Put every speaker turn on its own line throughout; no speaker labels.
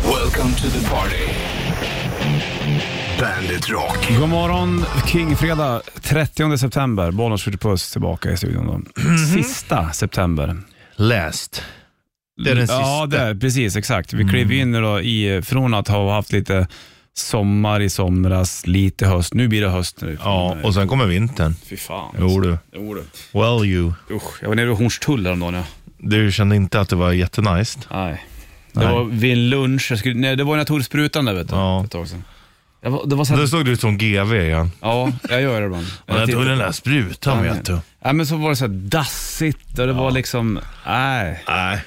Welcome to the party. Bandit Rock.
God morgon, Kingfredag 30 september. Bollnäs skjuter puss tillbaka i studion då. Sista september.
Läst. Det är
Ja,
den sista.
det är, Mm. precis. Exakt. Vi klev in då i, från att ha haft lite sommar i somras, lite höst. Nu blir det höst nu.
Ja, och sen kommer vintern.
Fy fan.
Jo du.
Jo du.
Well you.
Usch, jag var nere i Hornstull häromdagen. ja.
Du kände inte att det var jättenice?
Nej. Det
Nej.
var vid lunch. Jag skulle, nej, det var när jag tog sprutan där vet du.
Ja.
För ett tag sedan. Jag var, det var så
Då
här,
såg du ut som GV igen.
ja, jag gör det ibland.
Och jag tog
tittar-
den där sprutan vet du.
Ja, men så var det så här dassigt och det var liksom, nej,
Nej.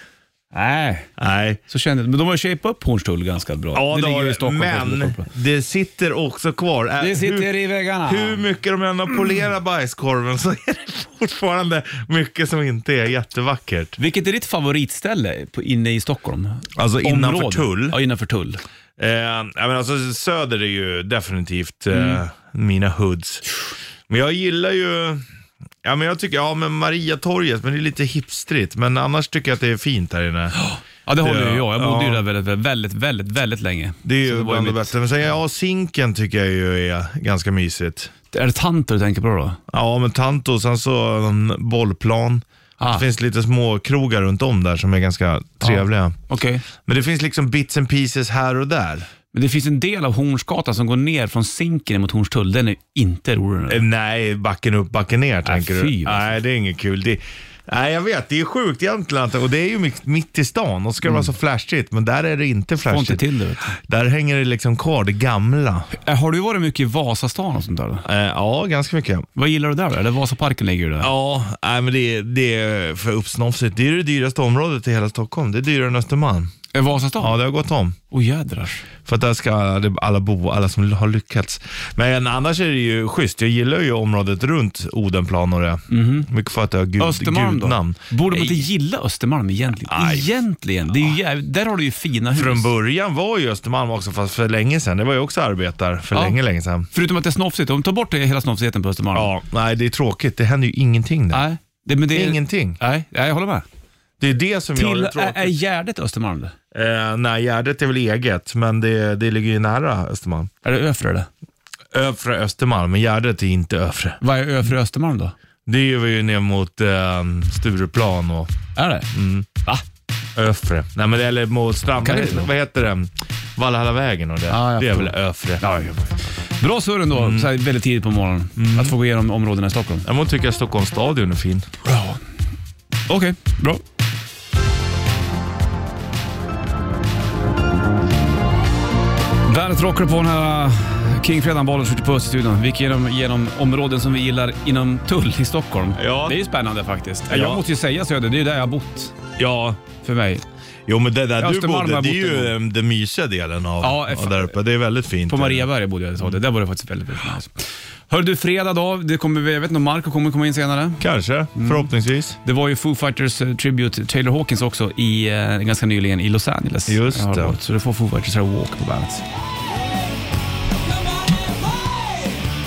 nej.
Nej.
Så kände jag, men de har ju shapat upp Hornstull ganska bra.
Ja, det
ligger
har
ju i
du.
Stockholm.
Men det sitter också kvar. Äh,
Det sitter
hur,
i väggarna.
hur mycket de än har polerat bajskorven så är det fortfarande mycket som inte är jättevackert.
Vilket är ditt favoritställe på, inne i Stockholm?
Alltså innanför tull.
Ja, innanför tull.
Eh, ja, men alltså, söder är ju definitivt eh,
Mm.
mina hoods. Men jag gillar ju, ja men jag tycker, ja men Mariatorget, men det är lite hipstrigt. Men annars tycker jag att det är fint här inne.
Ja, det håller ju jag. Jag bodde ju där
Ja.
väldigt, väldigt, väldigt, väldigt, väldigt länge.
Det är
Så
ju
var
bland det
mitt- Mm.
bästa. Men sen, ja, Zinken tycker jag ju är ganska mysigt.
Är det Tanto du tänker på då?
Ja, men Tanto, sen så um, bollplan.
Ah.
Det finns lite små krogar runt om där som är ganska trevliga.
Okej.
Men det finns liksom bits and pieces här och där.
Men det finns en del av Hornsgatan som går ner från Zinken mot Hornstull. Den är inte rolig nu.
Eh, Nej, backen upp, backen ner tänker
fy,
du.
vad
Nej, det är inget kul. Det, nej, jag vet. Det är sjukt egentligen att- och det är ju mitt, mitt i stan. Och ska det vara så flashigt, men där är det Mm. inte
Får inte
flashigt.
till det. Vet
Där hänger det liksom kvar, det gamla.
du. Har du varit mycket i Vasastan och sånt där? Då?
Eh, ja, ganska mycket.
Vad gillar du där då? Eller Vasaparken ligger ju där.
Ja, nej, men det, är- det är för uppsnofsigt. Det är det dyraste området i hela Stockholm. Det är dyrare än Östermalm.
Är Vasastan?
Ja, det har gått om.
Åh jädrar.
För att där ska alla- alla bo, alla som har lyckats. Men annars är det ju schysst. Jag gillar ju området runt Odenplan och det. Mycket för att det har gud,
Östermalm då?
gudnamn.
Borde man inte gilla Östermalm egentligen?
Aj.
Egentligen. Det är ju jäv... Där har du ju fina hus.
Från början var ju Östermalm också, fast för länge sedan. Det var ju också arbetar för
Ja.
länge, länge sedan.
Förutom att det är snofsigt. Om de tar bort det, hela snofsigheten på Östermalm.
Ja, nej det är tråkigt. Det händer ju ingenting där.
Nej. Det, men det är...
Ingenting.
Nej, nej, jag håller med.
Det är det som gör
Till,
det
är, är
tråkigt.
Gärdet Östermalm det?
Eh, nej, Gärdet är väl eget, men det, det ligger ju nära Östermalm.
Är det Öfre eller?
Övre Östermalm, men Gärdet är inte övre.
Vad är Öfre Östermalm då?
Det är ju ner mot eh, Stureplan och
Är det?
Mm.
Va?
Öfre. Nej, men det, eller mot Strand...
Kan det
vad
inte vara?
heter- Vad heter det? Valhallavägen och det.
Ja, jag
det är väl
förstår.
Öfre.
Bra surr ändå,
Mm.
så här väldigt tidigt på morgonen. Att få gå igenom områdena i Stockholm.
Däremot tycker jag Stockholms stadion är fin.
Bra. Okej, bra. Bandet rockar på den här äh, Kingfredagen, bollen skjuter puss i studion. Vi gick igenom, genom områden som vi gillar inom tull i Stockholm.
Ja.
Det är ju spännande faktiskt.
Ja.
Jag måste ju säga Söder, det är ju där jag har bott
Ja,
för mig.
Jo men det där du
Östermalm har
bodde,
jag
det är
bott en
ju
gång.
em, den mysiga delen av
Ja,
av
fan.
där uppe. Det är väldigt fint.
På Mariaberg bodde jag ett tag. Det Där var det faktiskt väldigt, väldigt nice. Hör du, fredag då. Det kommer, vi- jag vet inte om Marco kommer komma in senare.
Kanske,
Mm.
förhoppningsvis.
Det var ju Foo Fighters eh, Tribute till Taylor Hawkins också i, eh, ganska nyligen i Los Angeles.
Just
Har
det.
varit. Så du får Foo Fighters här Walk på bandet.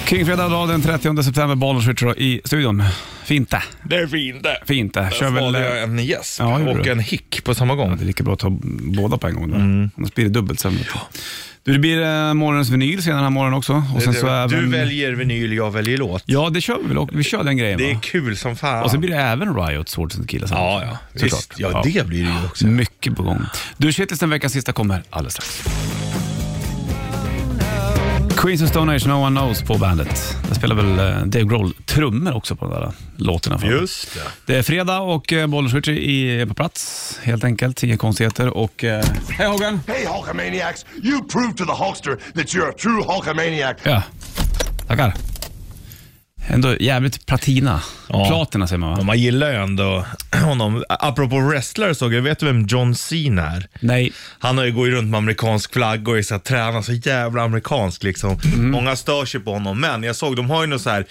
Kingfredag idag den 30 september, Bollnäs Ritcher i studion. Fint det.
Det är fint det.
Fint det. Kör väl... eh,
jag en gäsp
Ja, gjorde
och
du.
en hick på samma
Ja,
gång.
det är lika bra att ta båda på en gång. Mm. Annars blir det dubbelt sen. Du, det blir eh, morgonens vinyl senare den här morgonen också. Och sen så även...
Du väljer vinyl, jag väljer låt.
Ja, det kör vi väl. Vi kör den grejen
Det
va?
är kul som fan.
Och sen blir det även Riot, Swords and Killas.
Ja, ja. Visst,
Såklart.
ja, det blir det ju också.
Mycket på gång. Du, shitlisten veckans sista kommer alldeles strax. Queens of Stone Age, No One Knows på bandet. Där spelar väl eh, Dave Grohl trummor också på de där låtarna. för mig.
Just det.
Det är fredag och eh, Bollnäs är på plats helt enkelt. Tio konstigheter och... eh, Hej Hågan!
Hey, Hulkamaniacs, you prove to the Hulkster that you're a true Hulkamaniac.
Ja, tackar. Ändå jävligt platina.
Ja.
Platina säger man
Ja,
va?
Man gillar ju ändå honom. Apropå wrestler såg jag, vet du vem John Cena är?
Nej.
Han har ju gått runt med amerikansk flagga och är så här, tränar så jävla amerikansk liksom.
Mm.
Många stör sig på honom, men jag såg de har ju någon så här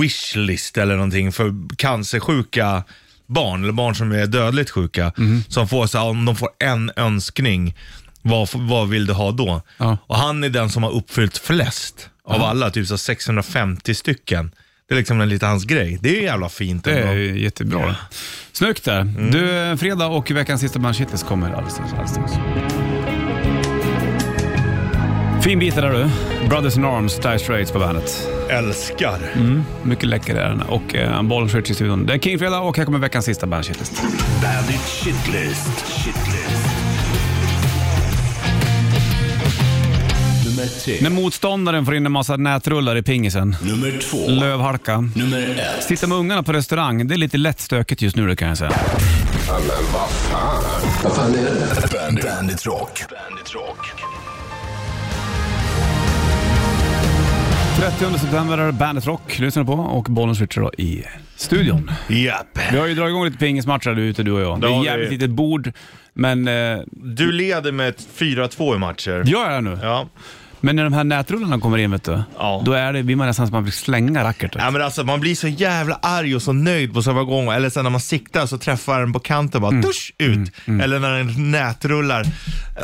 wishlist eller någonting för cancersjuka barn, eller barn som är dödligt sjuka,
Mm.
som får så här, om de får en önskning, vad, f- vad vill du ha då?
Ja.
Och han är den som har uppfyllt flest av alla, typ så här 650 stycken. Det är liksom en lite hans grej. Det är ju jävla fint
Det
ändå.
är ju jättebra. Mm. det. Snyggt där. eh, Du, fredag och veckans sista band Shitlist kommer alldeles strax. alldeles strax. Fin bit det där du. Brothers in Arms, Dire Straits på bandet.
Älskar.
Mm. Mycket läcker är den. Och eh, bollen skjuts i studion. Det är Kingfredag och här kommer veckans sista bandshitlist.
Bandit Shitlist. Shitlist. Nummer tre.
När motståndaren får in en massa nätrullar i pingisen.
Nummer två.
Lövhalka.
Nummer ett.
Sitta med ungarna på restaurang, det är lite lätt stökigt just nu det kan jag säga.
Bandit. Bandit Rock. Bandit Rock.
30 september är Bandet Rock lyssnar på och bollen switchar då i studion.
Japp.
Vi har ju dragit igång lite pingismatcher där ute du och jag. Det är
Ja,
ett
det-
jävligt litet bord, men... Eh, jag
Du leder med ett 4-2 i matcher.
gör det nu.
Ja.
Men när de här nätrullarna kommer in vet du,
Ja.
då är det, blir man nästan som att man vill slänga racket.
Ja, men alltså, man blir så jävla arg och så nöjd på samma gång. Eller sen när man siktar så träffar den på kanten
Mm.
bara dusch ut. Eller när den nätrullar. Eh,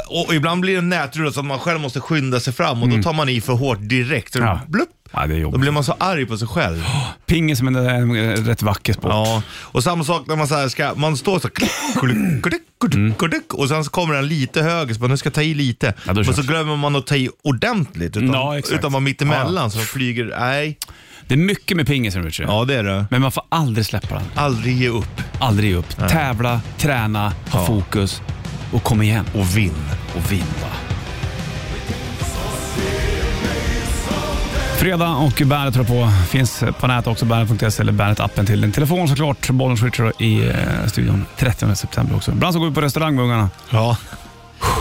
Och, och ibland blir det en nätrulla så att man själv måste skynda sig fram och då tar man i för hårt direkt. Så
Mm. Ja.
blupp,
Ja, det är
då
jobbigt.
blir man så arg på sig själv.
Pingis men det är en eh, rätt vacker sport.
Ja. Och samma sak när man så här ska, man står så klick, klick, klick, klick, klick, och sen så kommer den lite höger så bara, nu ska jag ta i lite.
Mm. Ja, då
Men så
körs.
glömmer man att ta i ordentligt. Utan,
Ja, exakt.
utan man mittemellan så flyger, nej.
Det är mycket med pingisen Richard.
Ja det är det.
Men man får aldrig släppa den.
Aldrig ge upp
Aldrig ge upp. Tävla, träna, ha
Ja.
fokus och kom igen
och vinn.
och vinn va. Fredag och Bandet tror på. Finns på nätet också, bandet.se eller Bandet-appen till din telefon såklart. Bollen switchar i eh, studion 30 september också. Ibland så går vi på restaurang med ungarna.
Ja.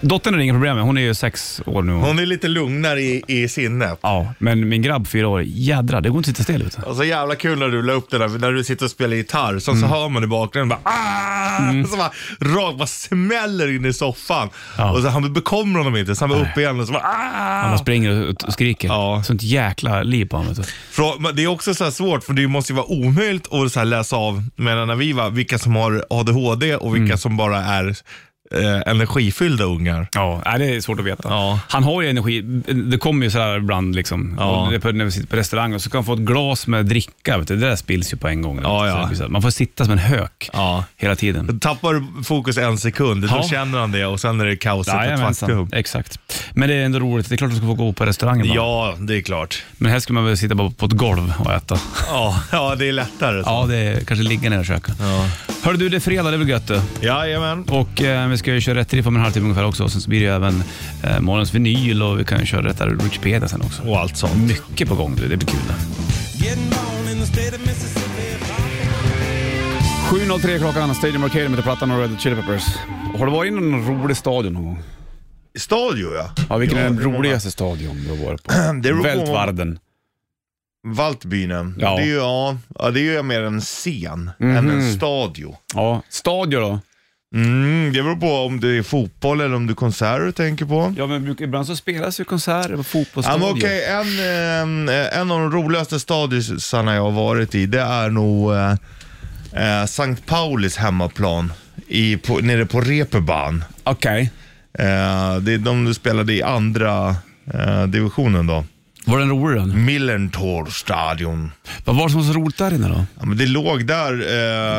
Dottern är det inga problem med. Hon är ju sex år nu.
Hon är lite lugnare i, i sinnet.
Ja, men min grabb fyra år, jädra det går inte att sitta still. Vet du.
Och så jävla kul när du la upp det där, när du sitter och spelar gitarr, så,
Mm.
så hör man i bakgrunden bara ah! Så bara rakt, bara smäller in i soffan.
Ja.
Och så han bekommer honom inte, så han var upp igen och så bara
Han
ah!
springer och- och skriker.
Ja.
Sånt jäkla liv på honom. vet du.
Frå- men det är också så här svårt, för det måste ju vara omöjligt att så här läsa av, medan när vi var, vilka som har ADHD och
Mm.
vilka som bara är eh, energifyllda ungar.
Ja, nej, det är svårt att veta.
Ja.
Han har ju energi. Det kommer ju sådär ibland liksom.
Ja.
Och Det är på, när vi sitter på restaurang och så kan han få ett glas med dricka. Vet du. Det där spills ju på en gång.
Ja, ja.
Så det blir så här, Man får sitta som en hök
Ja.
hela tiden.
Tappar du fokus en sekund,
Ja.
då känner han det och sen är det kaos på ett
Jajamensan,
faktum.
Exakt. Men det är ändå roligt. Det är klart att du ska få gå på restaurangen. Ja.
Ja, det är klart.
Men här skulle man väl sitta bara på ett golv och äta.
Ja, ja det är lättare. så.
Ja, det är, kanske ligga ner och köka.
Ja.
Hör du, det är fredag. Det är väl gött du?
Jajamän.
Och eh, vi ska ju köra rätt riff om en halvtimme ungefär också. Sen så blir det ju även eh, morgonens vinyl och vi kan ju köra rättare Wikipedia sen också.
Och allt sånt.
Mycket på gång du, det blir kul. det. 7.03 klockan, Stadium Arcade med plattan och Red Hot Chili Peppers. Har du varit i någon rolig stadion någon gång?
Stadio ja.
Ja, vilken
Ja,
är den
det är många.
roligaste stadion du har varit på?
Det beror på-
Vältvarden.
Valtbynen.
Ja. Mhm.
Det, är ju, ja, ja, det är ju mer en scen än en stadio.
Ja, stadio då?
Mm, det beror på om det är fotboll eller om det är konserter du tänker på.
Ja, men brukar- ibland så spelas ju konserter på
Ja,
fotbollsstadion.
men okej, en, eh, en av de roligaste stadiosarna jag har varit i, det är nog eh, eh, Sankt Paulis hemmaplan i, på, nere på Reeperbahn.
Okej.
Eh, det är de du spelade i andra eh, divisionen då.
Var den rolig den?
Millentor stadion.
Vad var det som var så roligt där inne då?
Ja, men det låg där,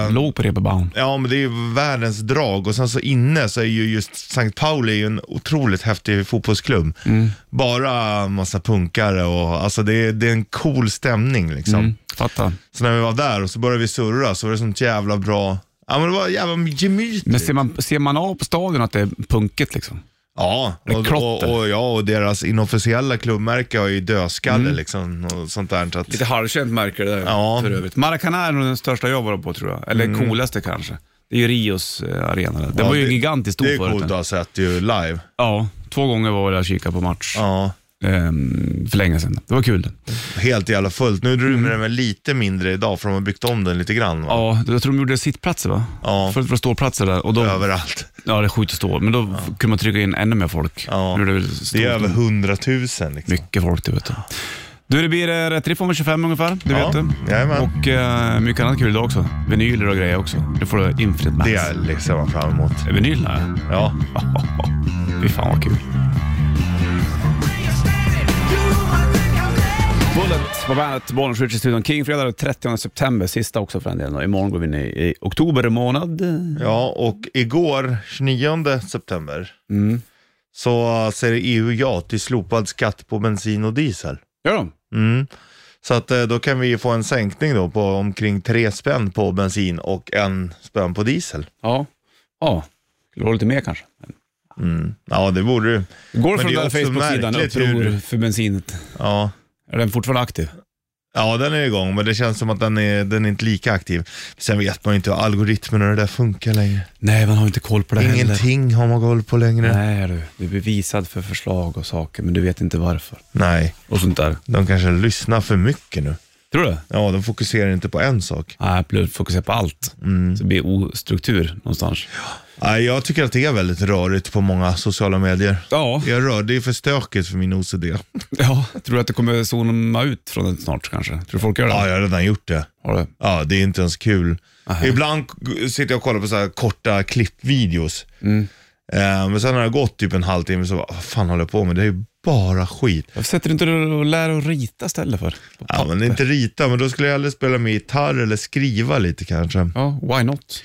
eh,
Låg på Reeperbahn.
ja men det är ju världens drag och sen så inne så är ju just Sankt Pauli är ju en otroligt häftig fotbollsklubb.
Mm.
Bara massa punkare och alltså det är, det är en cool stämning liksom.
Mm, fattar.
Så när vi var där och så började vi surra så var det sånt jävla bra, ja men det var jävla gemytligt.
Men ser man, ser man av på stadion att det är punket liksom?
Ja,
Med
och,
klotter.
och, och, ja, och deras inofficiella klubbmärke har ju dödskalle liksom och sånt där. Så att,
Lite halvkänt märke Mm. det där
Ja.
för övrigt. Mm. Maracana är nog den största jag varit på tror jag. Eller coolaste kanske. Det är ju Rios eh, arena. där. Den
ja,
var ju gigantiskt stor
Det är
förut.
coolt att ha sett ju live.
Ja, två gånger var jag och kikade på match
Ja.
ehm, för länge sedan. Det var kul.
helt jävla fullt. Nu rymmer
Mm.
den väl lite mindre idag för de har byggt om den lite grann. Va?
Ja, jag tror de gjorde sittplatser va?
Ja.
Förut var det ståplatser där. Och då,
Överallt.
Ja, det är sjukt att stå. Men då kunde man trycka in ännu mer folk.
Ja.
Nu är det väl
Det är
stort.
över hundratusen liksom.
Mycket folk det vet du. Du, det blir eh, rätt riff om 25 ungefär, det
Ja,
vet du.
jajamän.
Och eh, mycket annat kul idag också. Vinyler och grejer också. Det får du infritt med.
Det är liksom man fram emot.
Vinylerna
Ja.
ja. Fy fan vad kul. Bullet på bandet, Bollnäs Ritchie studion. King fredag den 30 september, sista också för den delen. Och imorgon går vi in i, i oktober månad. Mm.
ja, och igår, 29 september, så säger EU ja till slopad skatt på bensin och diesel.
Gör de?
Mm. Så att eh, då kan vi ju få en sänkning då på omkring tre spänn på bensin och en spänn på diesel.
Ja. Ja. Skulle vara lite mer kanske.
Ja, det borde du.
Går
Men
från
det
den där
är också
Facebook-sidan,
märkligt
uppror
hur-
för bensinet.
Ja.
Är den fortfarande aktiv?
ja, den är igång, men det känns som att den är, den är inte lika aktiv. Sen vet man ju inte hur algoritmerna och det där funkar längre.
Nej, man har inte koll på det heller.
Ingenting har man koll på längre. Nej.
Nej du, du blir visad för förslag och saker, men du vet inte varför. Och sånt där.
de kanske lyssnar för mycket nu.
Tror du?
Ja, de fokuserar inte på en sak.
Nej, plus fokusera på allt. Så det blir ostruktur någonstans.
Nej, jag tycker att det är väldigt rörigt på många sociala medier.
Ja,
Jag rör, det är för stökigt för min OCD.
ja. tror du att det kommer zooma ut från den snart kanske? Tror du folk gör det?
Ja, jag har redan gjort det.
Har du?
Ja, det är inte ens kul.
Aha.
Ibland k- sitter jag och kollar på så här korta klippvideos.
Mm.
Eh, men sen har det gått typ en halvtimme så bara, vad fan håller jag på med? Det är ju bara skit.
Varför sätter du inte dig och lär dig att rita istället för? På
Ja, men
papper.
inte rita, men då skulle jag hellre spela med gitarr eller skriva lite kanske.
Ja, why not?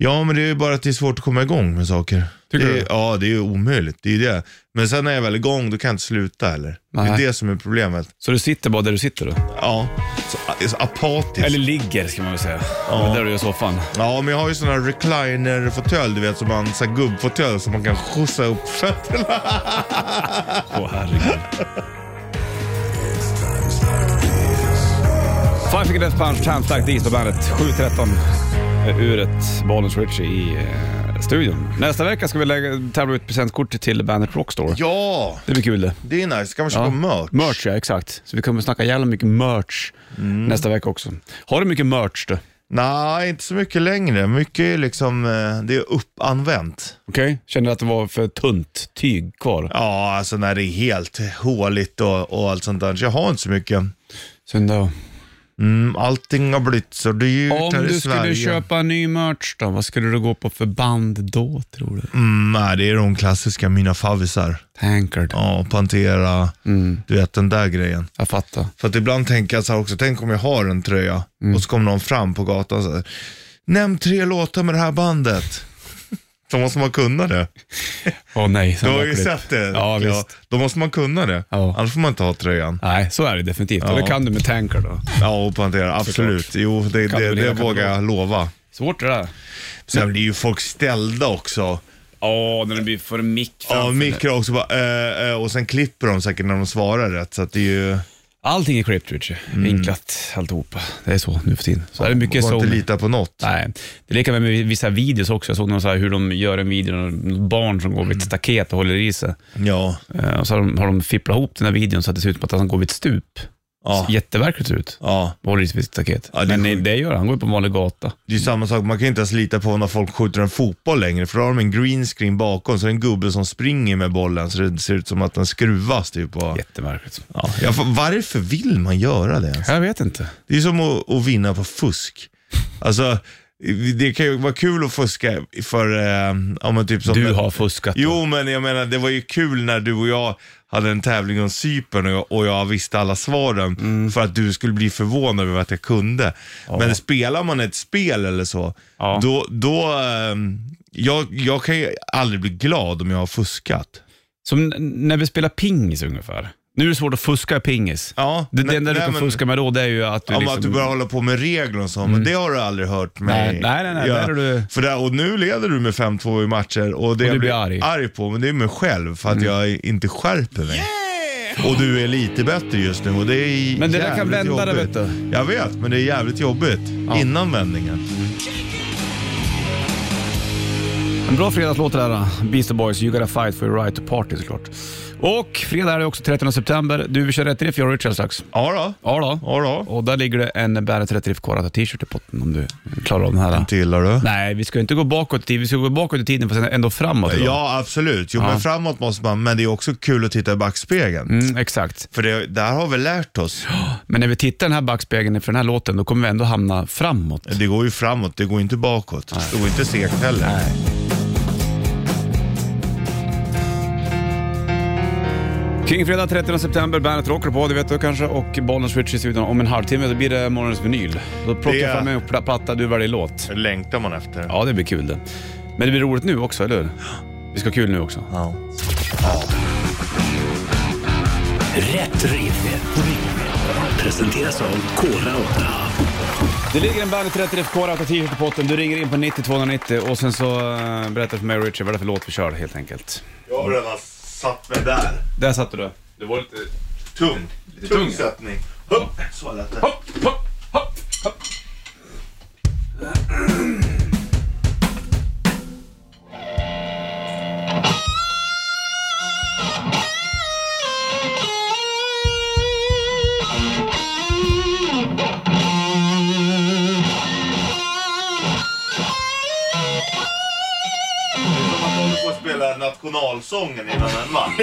Ja, men det är ju bara att det är svårt att komma igång med saker.
Tycker
det är,
du?
Ja, det är ju omöjligt. Det är ju det. Men sen när jag väl är igång, då kan jag inte sluta heller. Det
Nej.
är det som är problemet.
Så du sitter bara där du sitter då?
Ja, så, det är så apatiskt.
Eller ligger ska man väl säga.
Ja.
Det Där du gör i soffan.
Ja, men jag har ju sån här recliner-fåtölj, du vet, som man, sån här gubbfåtölj som man kan skjutsa upp fötterna.
Åh herregud. Five Finger Death Punch, Chance Like These på bandet. eh, 7.13 är uret, Bollens Richie i eh, studion. Nästa vecka ska vi lägga, tävla ut presentkort till bandet Rockstore.
Ja,
Det blir kul det.
det är nice. Kan man köpa merch?
Merch ja, exakt. Så vi kommer snacka jävla mycket merch
Mm.
nästa vecka också. Har du mycket merch du?
Nej, inte så mycket längre. Mycket är liksom, eh, det är uppanvänt.
Okej? Kände du att det var för tunt tyg kvar?
Ja, alltså när det är helt håligt och, och allt sånt där. Så jag har inte så mycket.
Synd då.
Mm, allting har blivit så dyrt
Om
här
du
i Sverige.
skulle köpa ny merch då, vad skulle du gå på för band då tror du?
Mm, nej, det är de klassiska, mina favvisar.
Tankard.
Ja, Pantera,
Mm.
du vet den där grejen.
Jag fattar.
För att ibland tänker jag så här också, tänk om jag har en tröja
Mm.
och så kommer någon fram på gatan och så här, nämn tre låtar med det här bandet. Då måste man kunna det.
Åh nej,
Du
sen
har
var
ju
klipp.
sett det.
Ja, visst.
då måste man kunna det.
Ja.
Annars får man inte ha tröjan.
Nej, så är det definitivt. Och det kan du med Tankard då.
Ja, och Pantera, absolut. Jo, det,
Kan du
det,
väl
det
hela
vågar jag lova.
Svårt det där.
Sen blir ju folk ställda också.
Åh, när det blir för mick
Ja,
framför
mikro också bara, eh, eh, och sen klipper de säkert när de svarar rätt. Så att det är ju,
Allting är klippt Richie.
Mm.
Vinklat alltihopa. Det är så nu för tiden. Så är det mycket
går
så.
inte att lita på något.
Nej, det är lika med vissa videos också. Jag såg någon så här hur de gör en video, någon barn som går vid ett
Mm.
staket och håller i sig.
Ja.
Eh, Och så har de, har de fipplat ihop den här videon så att det ser ut som att han går vid ett stup.
Ja.
Jätteverkligt ser det ut.
Ja,
Och Håller i sig vid ett staket.
Ja, det är
Men nej,
sjukt.
det gör han, han går ju på en vanlig gata.
det är ju samma sak. Man kan ju inte ens lita på när folk skjuter en fotboll längre, för då har de en green screen bakom, så är det en gubbe som springer med bollen, så det ser ut som att den skruvas. Typ, och,
Jättemärkligt.
ja. Ja, för, varför vill man göra det? ens?
Jag vet inte.
Det är som att, att vinna på fusk. Alltså, det kan ju vara kul att fuska för, eh, om man typ som...
Du har fuskat.
Jo, men jag menar, det var ju kul när du och jag hade en tävling om Cypern och jag, och jag visste alla svaren för att du skulle bli förvånad över att jag kunde. Men spelar man ett spel eller så,
Ja.
då... då ehm, jag, jag kan ju aldrig bli glad om jag har fuskat.
Som n- när vi spelar pingis ungefär. Nu är det svårt att fuska i pingis.
Ja,
det
nej-
det enda du
nej,
kan
men-
fuska med då, det är ju att du
Om
liksom... Mm.
att du börjar hålla på med regler och så, men det har du aldrig hört mig
Nej, nej, nej, nej,
göra.
där är du-
För där, och nu leder du med 5-2 i matcher och det
Och du
jag
blir arg. Mm.
på, men det är mig själv för att jag inte skärper mig. Och du är lite bättre just nu och det är
Men det där kan
jävligt
vända det,
jobbigt.
vet
Jag vet, men det är jävligt jobbigt innan vändningen.
En bra fredagslåt det där. Beastie Boys, You Gotta Fight For Your Right To Party såklart. Och fredag är det också 13 september. Du, vi kör rätt riff, jag och Richard strax.
Ja då.
Ja då.
Ja då.
Och där ligger det en Bandet Rätt Riff Korata t-shirt i potten om du klarar av den här.
Tillar du?
Nej, vi ska inte gå bakåt i tiden. Vi ska gå bakåt i tiden fast ändå framåt. idag.
Ja, absolut. Jo,
Ja.
men framåt måste man, men det är också kul att titta i backspegeln.
Mm, exakt.
För det, där har vi lärt oss.
Men när vi tittar i den här backspegeln för den här låten, då kommer vi ändå hamna framåt.
Det går ju framåt, det går inte bakåt. Det går inte segt heller.
Kingfredag 13 september, bandet rockar på, det vet du kanske, och bollen switch i studion. Om en halvtimme då blir det morgonens vinyl. Då plockar
Det-
jag fram en pla- platta, du väljer låt.
Det längtar man efter.
Ja, det blir kul det. Men det blir roligt nu också, eller hur? Vi ska ha kul nu också.
Ja.
Rätt riff. Presenteras av Kora 8.
Det ligger en Bandet 30 FK Rauta t-shirt i potten. Du ringer in på 9290 och sen så eh, berättar för mig och Richard vad det är för låt vi kör helt enkelt.
Jag har redan satt mig där.
Där satte du. Du var lite...
Tung.
tung, ja.
sättning. Hopp, så lät det. Som att spela nationalsången innan en match.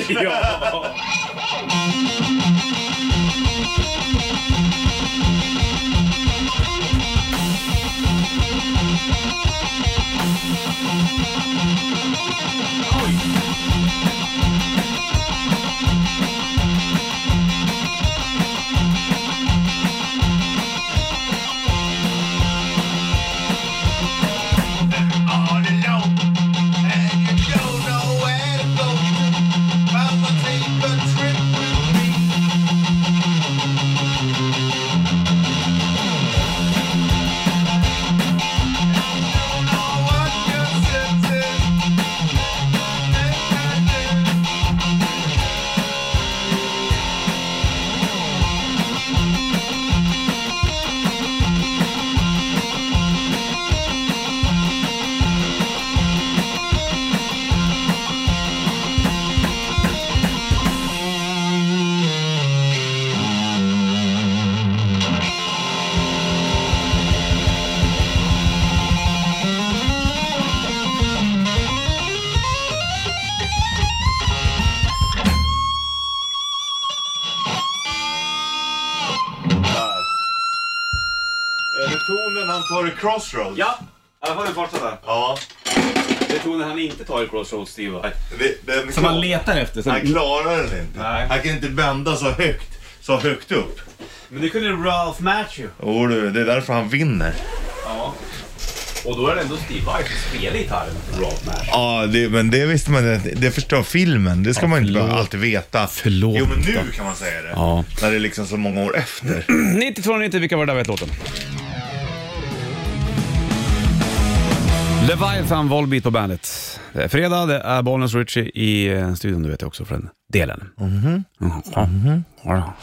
Är det tonen han tar i Crossroads?
Ja, jag har den första där.
Ja.
Det är tonen han inte tar i Crossroads Steve.
Det, den
Som han letar efter.
han
Sen...
klarar den inte.
Nej.
Han kan inte bända så högt. Så högt upp.
Men det kunde Ralph Matthew.
Oh, du, det är därför han vinner.
Och då är det ändå Steve Vai som spelar gitarren för Ralph Matthew.
Ja, det, men det visste man inte. Det förstör filmen. Det ska man inte behöva alltid veta.
Förlåt.
Jo, men nu kan man säga det.
Ja.
När det är liksom så många år efter.
9290, vilka var det där vet låten? Leviathan Volbeat på bandet. Det är fredag, det är Bollnäs Richie i eh, studion, du vet jag också för den delen. Mhm. Ja. Ja.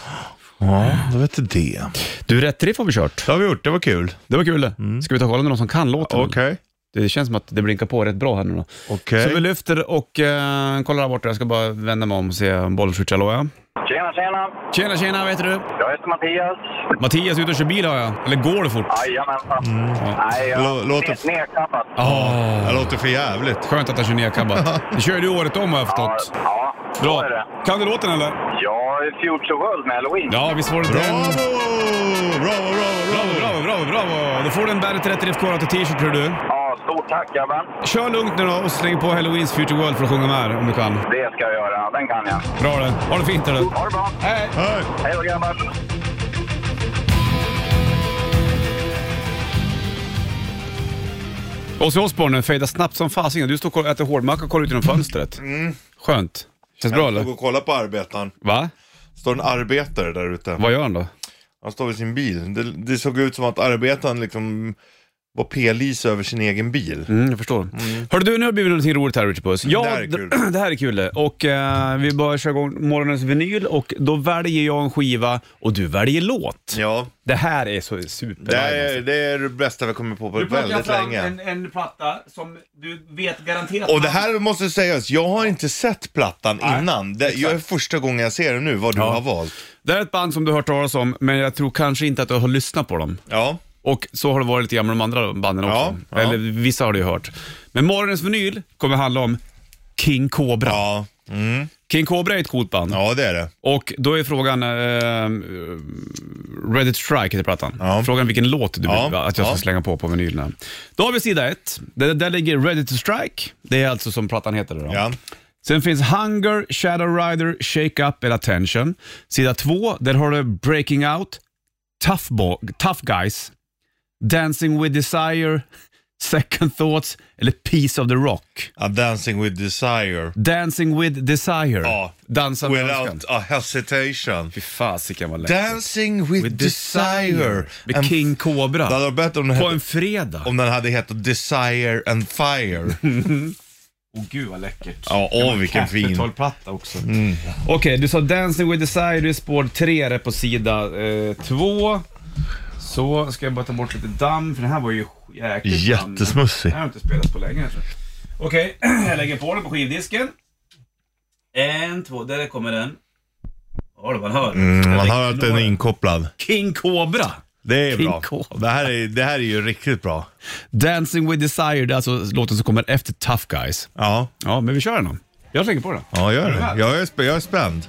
Ja, då vet du det.
Du, rätt riff har vi kört.
Mm.
Mm.
Det har vi gjort. Det var kul.
Det var kul det. Ska vi ta och kolla med någon som kan låten?
Okej.
Det känns som att det blinkar på rätt bra här nu då.
Okej.
Så vi lyfter och eh, kollar där borta. Jag ska bara vända mig om och se om Bollnäs Richie, hallå ja.
Tjena, tjena!
Tjena, tjena, vet du?
Jag heter Mattias.
Mattias är ute och kör bil har jag. Eller går det fort?
Jajamensan.
Mm.
Nej, jag
Lå- låter-
ne- nedkappat.
Åh.
Det låter för jävligt.
Skönt att han kör ner kabbat. Det kör du året om har jag
Ja,
förstått.
ja, så är det.
Kan du låten eller?
Jag är Future World med Halloween.
Ja, visst var det
Bravo!
den.
Bravo, bravo,
Bravo,
bravo!
bravo, bravo, bravo. Då får du en Bandet 30 FK Rauta t-shirt tror du.
Ja, stort tack grabben.
Kör lugnt nu då och släng på Halloweens Future World för att sjunga med här, om du kan.
Det ska jag göra. Den kan jag.
Bra det. Ha det fint du.
Ha det bra.
Hej!
Hej!
Hej då grabbar.
Ozzy Osbourne fejdar snabbt som fasingen. Du står och äter hårdmacka och kollar ut genom fönstret. Skönt. Känns bra
Jag stod
eller?
och kollade på arbetaren.
Va?
står en arbetare där ute.
Vad gör han då?
Han står vid sin bil. Det, det såg ut som att arbetaren liksom var pelis över sin egen bil.
Mm, jag förstår. Hörru du, nu har det blivit någonting roligt här Richard Puss. Ja,
Det här är kul.
det här är kul. Och eh, vi börjar köra igång morgonens vinyl och då väljer jag en skiva och du väljer låt.
Ja,
Det här är så
det, här
super.
är, det är det bästa vi kommit på på
Du plockar
väldigt
fram
länge.
En, en platta som du vet garanterat...
Och det här måste sägas, jag har inte sett plattan innan. Det, jag är första gången jag ser den nu, vad du har valt.
Det här är ett band som du har hört talas om, men jag tror kanske inte att du har lyssnat på dem.
Ja,
Och så har det varit lite grann med de andra banden också.
Ja, ja.
Eller vissa har du ju hört. Men morgonens vinyl kommer handla om King Cobra.
ja, Mm.
King Cobra är ett coolt band.
ja det är det.
Och då är frågan, eh, Reddit Strike heter plattan.
Ja.
Frågan vilken låt du
Ja,
vill att jag ska
ja.
slänga på på vinylerna. Då har vi sida ett. Där, där ligger Ready to Strike. Det är alltså som plattan heter. Då.
Ja.
Sen finns Hunger, Shadow Rider, Shake Up eller Attention. Sida två, där har du Breaking Out, Tough, Bo- Tough Guys, Dancing with Desire, Second Thoughts eller Piece of the Rock.
Ja, Dancing with Desire.
Dancing with Desire.
Ja.
Dansa med önskan.
Without a hesitation.
Fy fasiken vad lätt.
Dancing with,
with
Desire.
Desire. Med King Cobra.
Det hade varit bättre om den,
På
hette,
en fredag.
om den hade hetat Desire and Fire.
Åh gud vad läckert.
Ja, åh vilken fin.
Capital-platta också.
Mm. Okej, du sa Dancing with Desire, du är spår 3 där på sida 2. så ska jag bara ta bort lite damm, för den här var ju jäkligt
Jättesmussig.
Den här har inte spelats på länge. alltså.
Okej, jag lägger på den på skivdisken. En, två, där kommer den. Ja, det man hör.
Mm, man hör att den är inkopplad.
King Cobra!
Det är
King
bra.
Cobra.
Det här är, det här är ju riktigt bra.
Dancing with Desire, det är alltså låten som kommer efter Tough Guys.
Ja,
Ja, men vi kör den då. Jag tänker på den.
ja gör det. Jag är, sp- jag är spänd.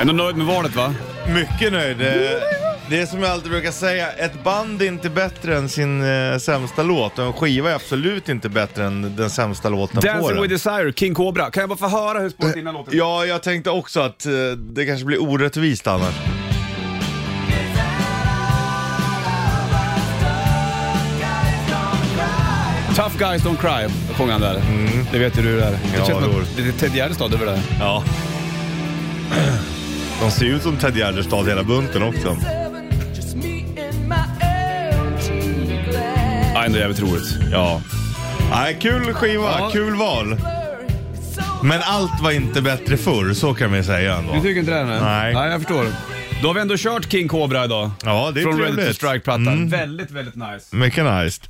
Ändå nöjd med valet va?
Mycket nöjd. Det, det är som jag alltid brukar säga, ett band är inte bättre än sin eh, sämsta låt och en skiva är absolut inte bättre än den sämsta låten på
Dancing
den.
with Desire, King Cobra. Kan jag bara få höra hur spåret innan låten?
Ja, jag tänkte också att eh, det kanske blir orättvist annars.
Tough Guys Don't Cry sjunger han där. Det vet ju du där. Det
Mm. Ja,
känns som
jo.
att det är Ted Gärdestad över det.
Ja. De ser ut som Ted Gärdestad hela bunten också.
Ja, ändå jävligt roligt.
Ja. Nej, kul skiva,
Ja.
kul val. Men allt var inte bättre förr, så kan vi säga
Du
ändå.
tycker inte det?
Nej.
Nej, jag förstår. Då har vi ändå kört King Cobra idag.
Ja, det är
Från Ready to
trevligt.
Strike-plattan.
Mm.
Väldigt, väldigt nice.
Mycket nice.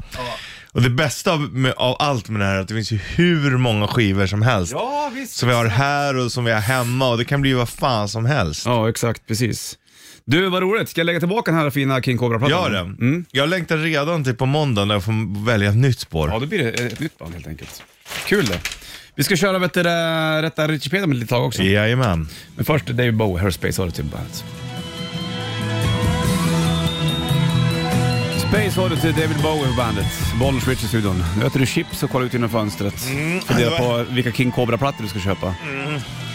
Och det bästa av, med, av allt med det här är att det finns ju hur många skivor som helst.
Ja, visst.
Som vi har här och som vi har hemma och det kan bli vad fan som helst.
Ja, exakt. Precis. Du, vad roligt. Ska jag lägga tillbaka den här fina King Cobra-plattan? Mm.
Gör det. Jag längtar redan till på måndag när jag får välja ett nytt spår.
Ja, då blir det ett nytt band helt enkelt. Kul det. Vi ska köra vet du, det, Rätta Richipedia med ett litet tag också.
Jajamän.
Men först David Bowie, Her Space Oddity på bandet. Space Oddity, David Bowie på bandet. Bollnäs Rich i studion. Nu äter du chips och kollar ut genom fönstret. Funderar
Mm, det
på vilka King Cobra-plattor du ska köpa.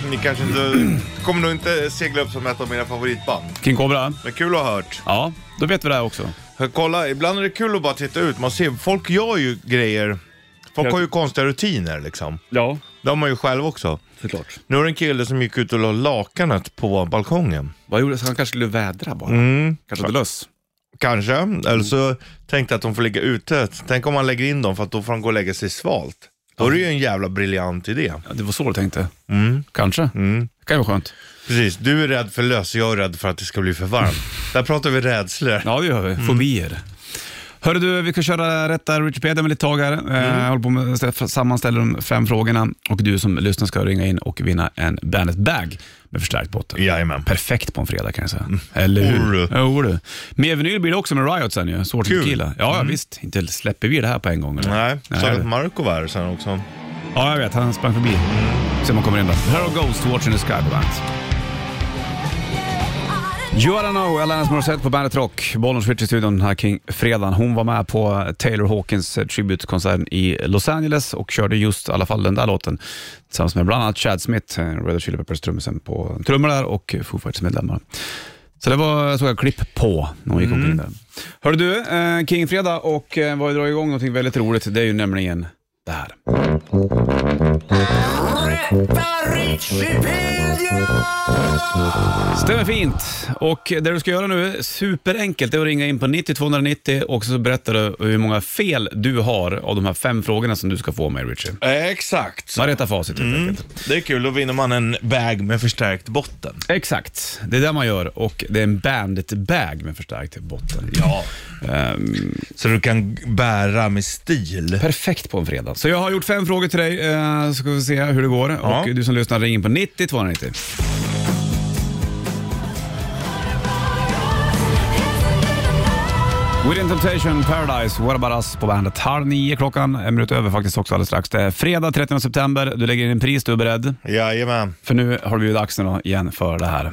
Ni kanske inte... kommer nog inte segla upp som ett av mina favoritband.
King Cobra?
Men kul att ha hört.
Ja, då vet vi det här också.
För Kolla, ibland är det kul att bara titta ut. Man ser, folk gör ju grejer. Folk har ju konstiga rutiner liksom.
Ja,
Det har man ju själv också.
såklart.
Nu var det en kille som gick ut och la lakanet på balkongen.
Vad gjorde han? Han kanske skulle vädra bara.
Mm.
Kanske inte löss.
Kanske, eller så tänkte jag att de får ligga ute. Tänk om man lägger in dem för att då får de gå och lägga sig svalt. Då är det ju en jävla briljant idé.
Ja, det var så du tänkte? Kanske. Det kan ju vara skönt.
Precis, du är rädd för löss, jag är rädd för att det ska bli för varmt. Där pratar vi rädslor.
Ja, det gör vi. Fobier. Hörru du, vi ska köra rätta Wikipedia med lite tag här. Eh, Jag håller på med att stä- sammanställa de fem frågorna och du som lyssnar ska ringa in och vinna en Bandet Bag med förstärkt botten.
Jajamän.
Perfekt på en fredag kan jag säga. Eller hur?
Orre.
Jo, du. Mer vinyl blir det också med Riot sen ju. Svårt
Kul.
att killa. Ja, ja, visst. Inte släpper vi det här på en gång. Eller?
Nej, sa
Mm. Nej.
att Marco var här sen också.
Ja, jag vet. Han sprang förbi. Se om han kommer in där. Här har Ghost Watching the Sky på bandet. You don't know, Alanis Morissette på Bandet Rock. Bollnäs Switch i studion här kring fredagen. Hon var med på Taylor Hawkins tributkonsert i Los Angeles och körde just i alla fall den där låten tillsammans med bland annat Chad Smith, eh, Red Hot Chili Peppers trummisen på trummor där och Foo Fighters medlemmar. Så det var, såg jag klipp på när hon gick omkring där. Hörru du, eh, Kingfredag och eh, vad vi drar igång någonting väldigt roligt, det är ju nämligen det här. Stämmer fint. Och det du ska göra nu, superenkelt, det är att ringa in på 90-290 och så berättar du hur många fel du har av de här fem frågorna som du ska få med Richie.
Exakt.
Man rättar facit helt enkelt.
Det är kul, då vinner man en bag med förstärkt botten.
Exakt, det är det man gör och det är en bandit-bag med förstärkt botten.
Ja. så du kan bära med stil.
Perfekt på en fredag. Så jag har gjort fem frågor till dig, eh, så ska vi se hur det går.
Ja.
Och du som lyssnar, ring in på 90 290. Within Temptation, Paradise, What About Us på bandet. Halv nio klockan, en minut över faktiskt också alldeles strax. Det är fredag 30 september, du lägger in en pris, du är beredd.
Jajamän.
För nu har det blivit dags nu då igen för det här.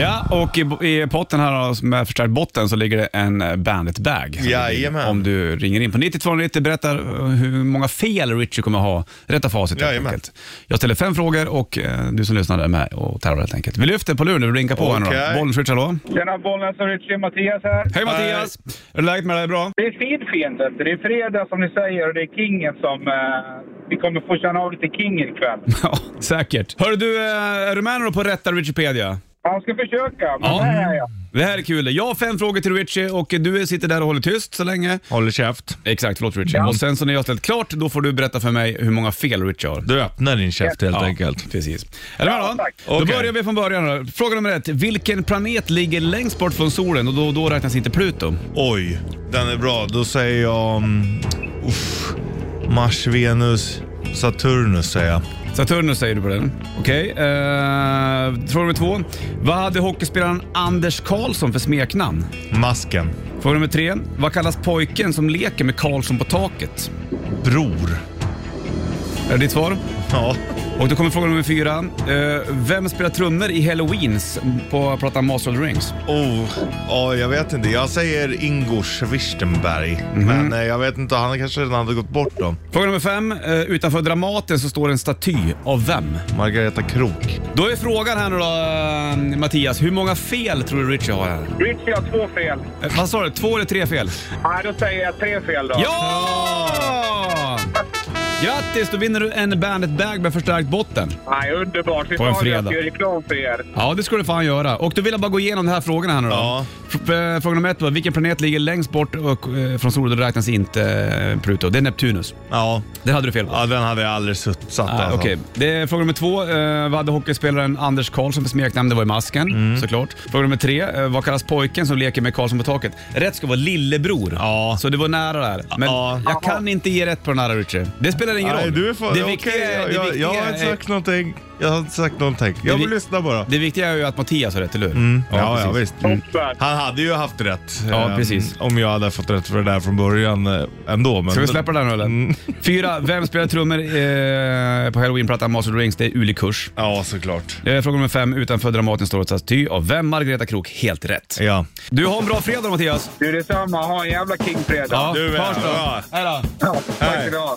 Ja, och i, i potten här då, med förstärkt botten så ligger det en eh, Bandit-bag. som
Jajamän.
ligger Om du ringer in på 9290 berättar eh, hur många fel Richie kommer ha. Rätta facit helt
Jajamän.
enkelt. Jag ställer fem frågor och eh, du som lyssnar är med och tävlar helt enkelt. Vi lyfter på luren, vi blinkar på här nu
Okej.
då. Bollenswitch, hallå?
Tjena Bollnäs och Ritchie, Mattias här.
Hej Mattias! Är det läget med dig? Bra?
Det är fint fint vet du. Det är fredag som ni säger och det är kingen som... Eh, vi kommer få känna av lite king ikväll.
Ja, säkert. Hör du, eh, är du med nu då på rätta Wikipedia?
Man ska försöka, men
Ja.
här är jag.
Det här är kul. Jag har fem frågor till Richie och du sitter där och håller tyst så länge.
Håller käft.
Exakt, förlåt Richie. Och sen så när jag har ställt klart, då får du berätta för mig hur många fel Richie har.
Du öppnar din käft helt
Ja,
enkelt.
Precis. Är du med då?
tack.
Då
Okej.
börjar vi från början. Då. Fråga nummer ett. Vilken planet ligger längst bort från solen och då, då räknas inte Pluto?
Oj, den är bra. Då säger jag... mm, Uff, Mars, Venus, Saturnus säger jag.
Saturnus säger du på den. Okej. eh, fråga nummer två. Vad hade hockeyspelaren Anders Karlsson för smeknamn?
Masken.
Fråga nummer tre. Vad kallas pojken som leker med Karlsson på taket?
Bror.
Är det ditt svar?
Ja.
Och då kommer fråga nummer fyra. Eh, vem spelar trummor i Halloweens på plattan Master of the Rings?
Oh, ja, jag vet inte. Jag säger Ingors Wichtenberg.
Mhm.
Men eh, jag vet inte, han kanske redan hade gått bort då.
Fråga nummer fem. Eh, utanför Dramaten så står en staty. Av vem?
Margareta Krok.
Då är frågan här nu då, eh, Mattias. Hur många fel tror du Richie har här?
Ritchie har två fel.
Eh, vad sa du? Två eller tre fel?
Nej, då säger jag tre fel då.
Ja! Grattis, då vinner du en Bandit Bag med förstärkt botten.
Nej, underbart. Vi
På en
sa ju att
fredag.
vi gör reklam för er.
Ja, det skulle du fan göra. Och då vill jag bara gå igenom de här frågorna här nu då.
Ja.
F- eh, Fråga nummer ett var, vilken planet ligger längst bort och, eh, från solen? Då räknas inte eh, Pluto. Det är Neptunus.
Ja,
Det hade du fel på.
ja den hade jag aldrig sutt- satt
Ah,
alltså.
Okej, det är fråga nummer två. Eh, vad hade hockeyspelaren Anders Karlsson för smeknamn? Det var ju Masken,
Mm.
såklart. Fråga nummer tre. Eh, vad kallas pojken som leker med Karlsson på taket? Rätt ska vara lillebror.
Ja.
Så det var nära där. Men
Ja.
jag kan inte ge rätt på den här Richie. Det spelar ingen
Nej,
roll.
du är för...
det
Okej,
viktiga,
jag,
det
jag,
viktiga
jag har inte
är-
sagt någonting. Jag har inte sagt någonting.
Det
Jag
vi-
vill lyssna bara.
det viktiga är ju att Mattias har rätt, eller hur?
Mm. Ja, ja,
precis.
visst. Mm. Han hade ju haft rätt.
Ja,
eh,
precis.
Om jag hade fått rätt för det där från början eh, ändå. Men
Ska vi släppa den här nu eller?
Mm.
Fyra, vem spelar trummor eh, på halloweenplattan Master of the Rings? Det är Uli Kurs.
Ja, såklart.
Eh, Fråga nummer fem, utanför Dramaten står ett staty av vem? Margareta Krook. Helt rätt.
Ja.
Du har en bra fredag Mattias.
Du, detsamma. Ha en jävla king-fredag.
Ja,
Du är
hörs då.
bra.
Hej då.
Tack ska du ha.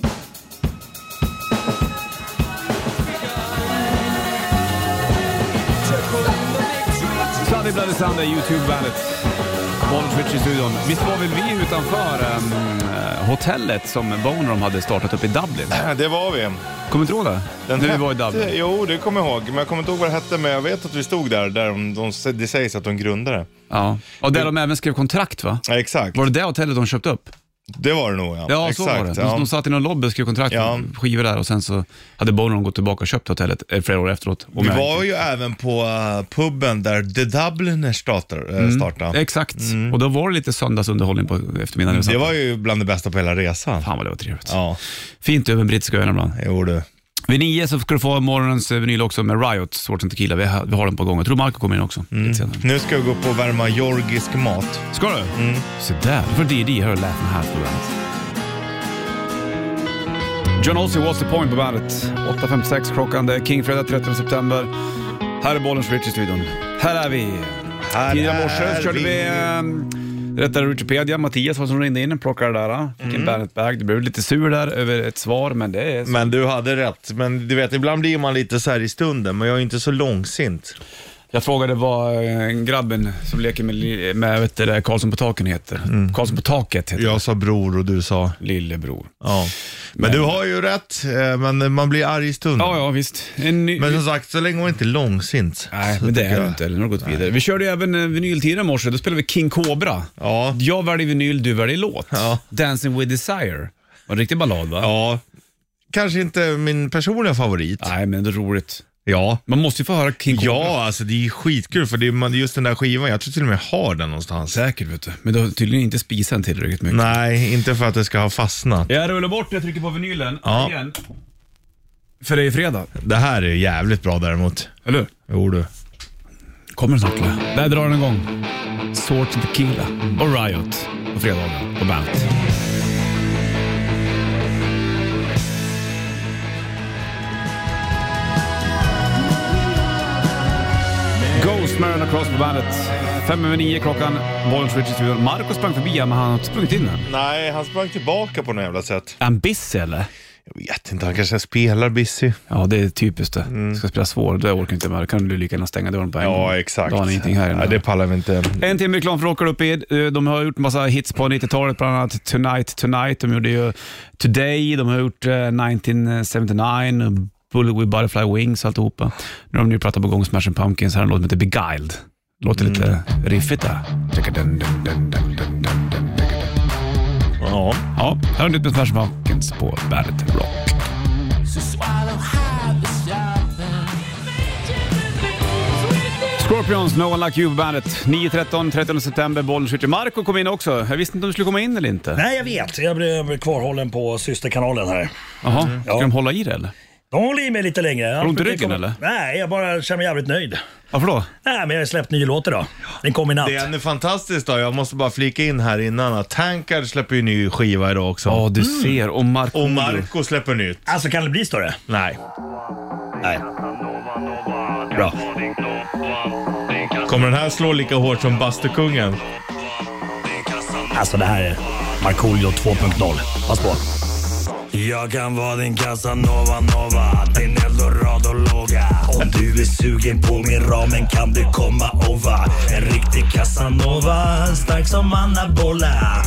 Sunday Bloody Sunday, YouTube-bandet. Bollswitch i studion. Visst var väl vi utanför ehm, eh, hotellet som Boner de hade startat upp i Dublin?
Det var vi.
Kommer du inte ihåg det? När vi var i Dublin.
Jo, det kommer jag ihåg. Men jag kommer inte ihåg vad det hette, men jag vet att vi stod där. där de, de, det sägs att de grundade.
Ja. Och där de även skrev kontrakt va?
Ja, exakt.
Var det det hotellet de köpte upp?
Det var det nog, ja.
Ja,
exakt,
så var det. De,
Ja.
de satt i någon lobby och skrev kontrakt
Ja.
på skivor där och sen så hade Boner de gått tillbaka och köpt hotellet eh, flera år efteråt. Och
Vi
med-
var ju även på uh, puben där The Dubliners startar, eh,
Mm.
startade.
Exakt, och då var det lite söndagsunderhållning på eftermiddagen.
Mm. Det
Det var...
var ju bland det bästa på hela resan.
Fan vad det var trevligt.
Ja,
Fint över brittiska öarna ibland.
jo du.
Vid nio så ska du få morgonens eh, vinyl också med Riot, Svårt som Tequila. Vi har, vi har den på gång. Jag tror Marco kommer in också lite senare.
Nu ska vi gå upp och värma georgisk mat.
Mm. Ska du? Mm. Så där, då får DD höra Latin här på bandet. John Olsey, What's the point på bandet. 8.56 klockan, det är King Fredag 13 september. Här är Bollens Rich i studion. Här är vi.
Här
Tidigare i
är
morse körde vi,
vi.
eh, rättare Wikipedia. Mattias var som ringde in och plockade det där. eh. Fick en Bandet-bag. Du blev lite sur där över ett svar, men det är så.
Men du hade rätt. Men du vet, ibland blir man lite så här i stunden, men jag är inte så långsint.
Jag frågade vad eh, grabben som leker med, li- med vet du, det, Karlsson på taket heter.
Mm.
Karlsson på taket heter
Jag sa bror och du sa...
Lillebror.
Ja. Men, du har ju rätt, eh, men man blir arg i stunden.
Ja, ja visst. En ny...
Men som sagt, så länge man inte är långsint.
Nej,
så
men det
tycker
är
jag-
du inte. eller? Nu har du gått vidare. Vi körde ju även eh, vinyltiden i morse. Då spelade vi King Cobra.
Ja.
Jag väljer vinyl, du väljer låt.
Ja.
Dancing with Desire. Var en riktig ballad va?
Ja. Kanske inte min personliga favorit.
Nej, men det är roligt.
Ja.
Man måste ju få höra King Cobra.
Ja, alltså det är skitkul för det är man- just den där skivan, jag tror till och med jag har den någonstans.
Säkert vet du. Men du har tydligen inte spisat den tillräckligt mycket.
Nej, inte för att det ska ha fastnat.
Jag rullar bort jag trycker på vinylen
Ja.
igen. För det är ju fredag,
Det här är jävligt bra däremot.
eller hur?
Jo du.
Kommer den snart tror jag. Där drar den igång. Sort Tequila och Riot på fredagen på bandet. Ghost med Run Across på bandet. Fem över nio klockan. Bollens Richards studion. Marco sprang förbi här, men han har inte sprungit in än.
Nej, han sprang tillbaka på något jävla sätt.
Är han busy eller?
Jag vet inte, han kanske spelar busy.
Ja, det är typiskt det. Ska spela svår, det orkar inte med. Då kan du lika gärna stänga dörren på en gång.
Mm. Ja, exakt.
Då har ni ingenting här
Nej,
inne.
det pallar vi inte.
En timme reklam för Rockar upp i. Eh, De har gjort massa hits på 90-talet, bland annat Tonight Tonight. De gjorde ju Today, de har gjort eh, 1979, Bullet with Butterfly Wings och alltihopa. Nu har de ju pratat på gång Smashing Pumpkins. Här har en låt som heter Beguiled. Låter lite riffigt där. Mm. Dun, dun, dun, dun, dun, dun, dun.
Ja.
Ja, här har du nytt med Smashing Pumpkins på Bandet Rock. Scorpions, No One Like You på bandet. 9.13, 13 september, Bollenskytte. Marco kom in också. Jag visste inte om du skulle komma in eller inte.
Nej, jag vet. Jag blev kvarhållen på systerkanalen här.
Jaha,
Mm.
ska
Ja.
de hålla i det eller?
De håller i mig lite längre.
Har du ont i
Det
ryggen, eller?
Nej, jag bara känner mig jävligt nöjd.
Varför
Mm.
då?
Nej, men jag har släppt ny låt idag. Den kom i natt.
Det är ännu fantastiskt då. Jag måste bara flika in här innan att Tankard släpper ju ny skiva idag också. Mm.
Ja, du ser. Och Marco.
Och Marco släpper nytt.
Alltså, kan det bli större?
Nej.
Nej. Bra.
Kommer den här slå lika hårt som Bastukungen?
Alltså det här är Markoolio 2.0. Pass på. Jag kan vara din casanova nova, din eldorado-låga. Om du är sugen på min ramen kan du komma ova. En riktig casanova, stark som anabola.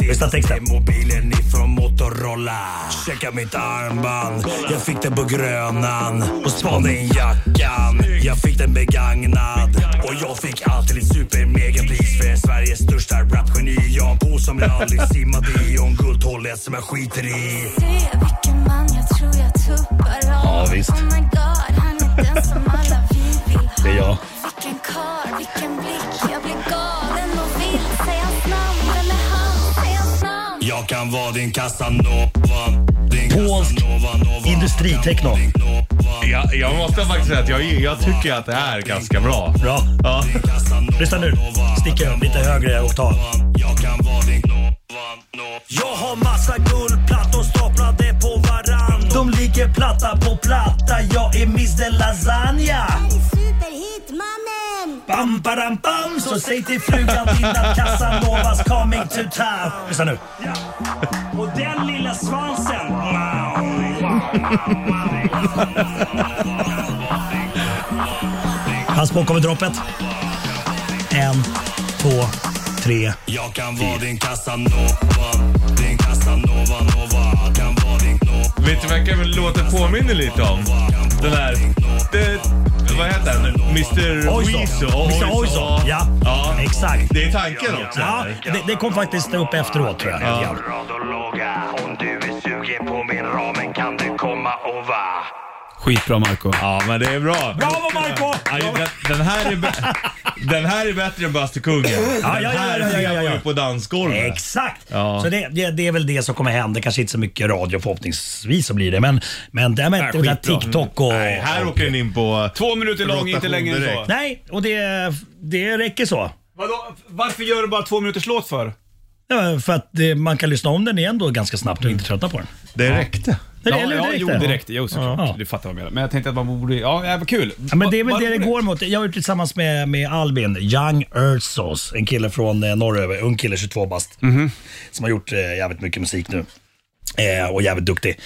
Lyssna texten. mobilen ifrån Motorola. Checka mitt armband, jag fick den på Grönan. Och Spanien-jackan, jag fick den begagnad. Och jag fick alltid ett supermeganpris för Sveriges största rapgeni. Jag har en pool som jag aldrig simmat i och en guldtolja som jag skiter i.
Ja,
visst.
Oh my God, han är den som alla vi vill ha.
Det är jag.
Vilken karl, vilken blick. Jag blir galen och vill. Säg hans namn, vem är han? Säg hans namn.
Jag kan vara din Casanova. Polsk industritechno.
Jag, jag måste faktiskt säga att jag, jag tycker att det här är ganska bra.
Bra.
Ja.
Lyssna nu. Sticker upp lite högre oktav. Jag kan vara din Jag har massa guldplattor staplade på varann. De ligger platta på platta. Jag är Mr Lasagna.
Superhitmannen!
Bam, badam, bam. Så säg till frugan din att Casanovas coming to town. Lyssna nu. Och den lilla svansen. Hans på kommer droppet. En, två, tre. Jag kan vara din Casanova. Din Casanova Nova. Kan vara din Nova.
Vet du vad jag låten påminner lite om? Den där... Det, vad heter den? Mr.
Oizo.
Weezo.
Mr. Oizo. Ja.
ja.
exakt.
Det är tanken också.
Ja, det, det kom faktiskt upp efteråt tror jag.
Ja.
Skitbra Marco.
Ja, men det är bra.
Bravo Marco!
Ja, den, den, här är bä- den här är bättre än Bastukungen.
ja,
Den
ja,
här
ja, ja, ja,
spelar
ja.
ju på dansgolvet.
Exakt!
Ja.
Så det, det, det är väl det som kommer hända. Kanske inte så mycket radio förhoppningsvis så blir det. Men, men det här med det där
skitbra.
TikTok och...
Nej, här åker den in på...
Två minuter lång, inte
Rotation
längre än så.
direkt.
Nej, och det, det räcker så.
Vadå? Varför gör du bara två minuters låt för?
Ja, För att eh, man kan lyssna om den igen då ganska snabbt och inte tröttna på den.
Det räckte.
Eller-
Ja,
eller
ja,
direkt
jo,
där.
direkt. Jo, såklart.
Ja.
Du fattar vad jag menar. Men jag tänkte att man borde... Ja, ja, vad kul.
Ja, men det är väl
Var-
det det
varför
går mot. Jag har gjort det tillsammans med, med Albin, Young Earthsos, en kille från eh, norröver, ung kille, 22 bast,
Mhm.
som har gjort eh, jävligt mycket musik nu eh, och jävligt duktig.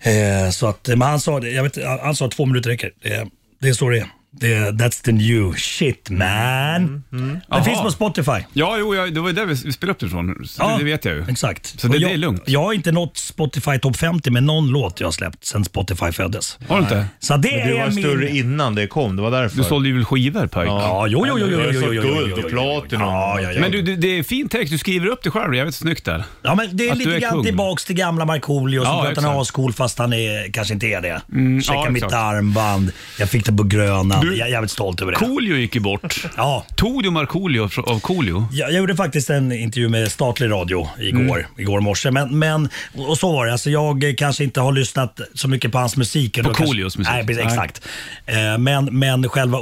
Eh, så att, eh, men han sa, det, jag vet, han han sa att två minuter räcker. Eh, det är så det är. Det, är- that's the new shit man. Det
Mm, Jaha.
finns på Spotify.
Ja, jo, ja, det var ju där vi vi spelade upp det ifrån. Så det- Det vet jag ju.
Exakt.
Så det,
Och
det
jag,
är lugnt.
Jag har inte nått Spotify topp 50 med någon låt jag har släppt sedan Spotify föddes.
Har du inte?
Så det
Du
är
var
min...
större innan det kom, det var därför.
Du sålde ju väl skivor Pöjk?
Ja, jo, jo, jo, jo,
Du har
jo,
ju
jo,
sålt
jo, jo, jo,
guld
jo, jo.
och platinum.
Ja, ja, ja.
Men du, det- det är fin text. Du skriver upp det själv. Jävligt snyggt där.
Ja, men det är
Att du
lite
är
grann
kung.
tillbaks till gamla Markoolio som
Ja,
tror att han är
exakt.
ascool fast han är, kanske inte är det. Checka
ja,
mitt
exakt.
armband, jag fick det på Grönan.
Du-
Jag är jävligt stolt över det.
Coolio gick ju bort.
Ja,
Tog du Markoolio fr- av Coolio?
jag, jag gjorde faktiskt en intervju med statlig radio igår, igår morse. Men, men, och och så var det. Alltså jag eh, kanske inte har lyssnat så mycket på hans musik. På
Coolios musik?
Nej, precis, exakt. Eh, Men, men själva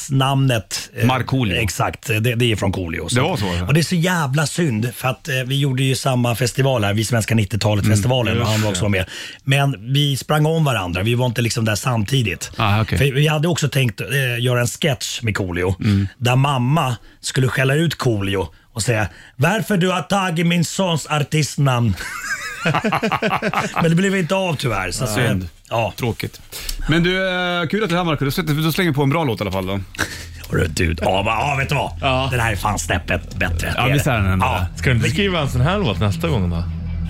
ordvitsnamnet. eh,
Markoolio.
Exakt, eh, det, det är från Coolio.
Det var så, ja.
Och det är så jävla synd för att eh, vi gjorde ju samma festival här, vi svenska 90-talet-festivalen
Mm,
och han var också med. Men vi sprang om varandra, vi var inte liksom där samtidigt.
Ah, okej.
För vi hade också tänkt eh, göra en sketch med Coolio
Mm.
där mamma skulle skälla ut Coolio och säga “Varför du har tagit min sons artistnamn?” Men det blev inte av tyvärr. Så
Ah, Synd.
Synd. Ja,
Tråkigt. Men du, eh, kul att du är här Marco. Du sätter- Du slänger på en bra låt i alla fall då.
hörru du. Ja, men- ja, vet du vad?
Ja.
Den här är fan snäppet bättre.
Ja,
Det
visst är den ändå
Ja,
Ska du inte skriva en sån här låt nästa gång då?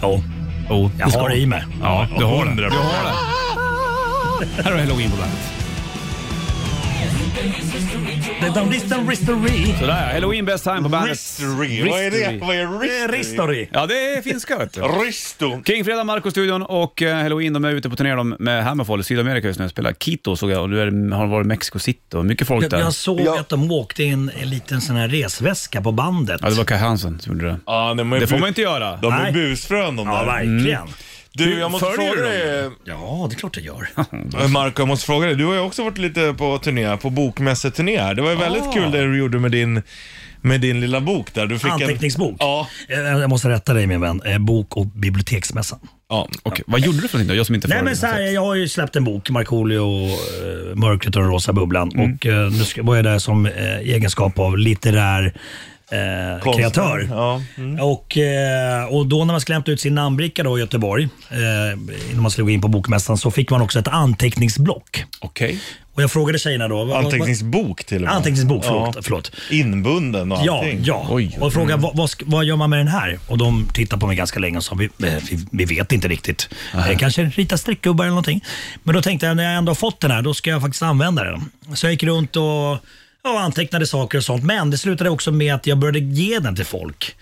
jo.
Oh,
Jag har det i mig.
Ja, du har det.
100%.
Du har det. Här har jag login på bandet.
Det är Riston Ristori.
Sådär Halloween best time på bandet.
Ristory. Vad är det? Vad är
Eh,
ristory?
Ristori.
Ja, det är finska vet du.
Risto.
Kingfredag, Marco-studion och eh, Halloween. De är ute på turné de, med Hammerfall i Sydamerika just nu. Spelar Quito såg jag och du är, har varit i Mexico City och mycket folk
Jag,
där.
jag såg att de åkte in en liten sån här resväska på bandet.
Ja, det var Kaj Hansen som gjorde det.
Ja, de är
Det får
bu-
man inte göra.
De är
Nej.
busfrön de
Ja,
Mm.
där.
verkligen.
Du, jag måste
Följer
fråga
du
dig.
Ja, det är klart det gör.
eh, Marco, jag måste fråga dig. Du har ju också varit lite på turné, på bokmässeturné här. Det var ju
Ah.
väldigt kul det du gjorde med din, med din lilla bok där. Du fick
Anteckningsbok.
En, ja,
Eh, Jag måste rätta dig min vän. Eh, Bok och biblioteksmässan.
ja.
Okej, vad gjorde du för någonting då? Jag som inte
Nej men
förut
så här,
har sett.
jag har ju släppt en bok, Markoolio och eh, Mörkret och den rosa bubblan.
Mm.
Och eh, nu ska- var jag där som eh, i egenskap av litterär eh,
Konstnär.
kreatör.
Ja.
Mm.
Och, eh, och då när man skulle hämta ut sin namnbricka då i Göteborg, eh, innan man slog in på bokmässan, så fick man också ett anteckningsblock.
Okej.
Och jag frågade tjejerna då. vad- vad-
Anteckningsbok till och med.
Anteckningsbok, förlåt.
Ja.
förlåt.
Inbunden och
Ja,
allting.
ja.
Oj.
Och frågade vad, vad, ska- vad gör man med den här? Och de tittade på mig ganska länge och sa vi, eh, vi, vi vet inte riktigt. Eh, Kanske rita streckgubbar eller någonting. Men då tänkte jag när jag ändå har fått den här då ska jag faktiskt använda den. Så jag gick runt och ja, antecknade saker och sånt. Men det slutade också med att jag började ge den till folk.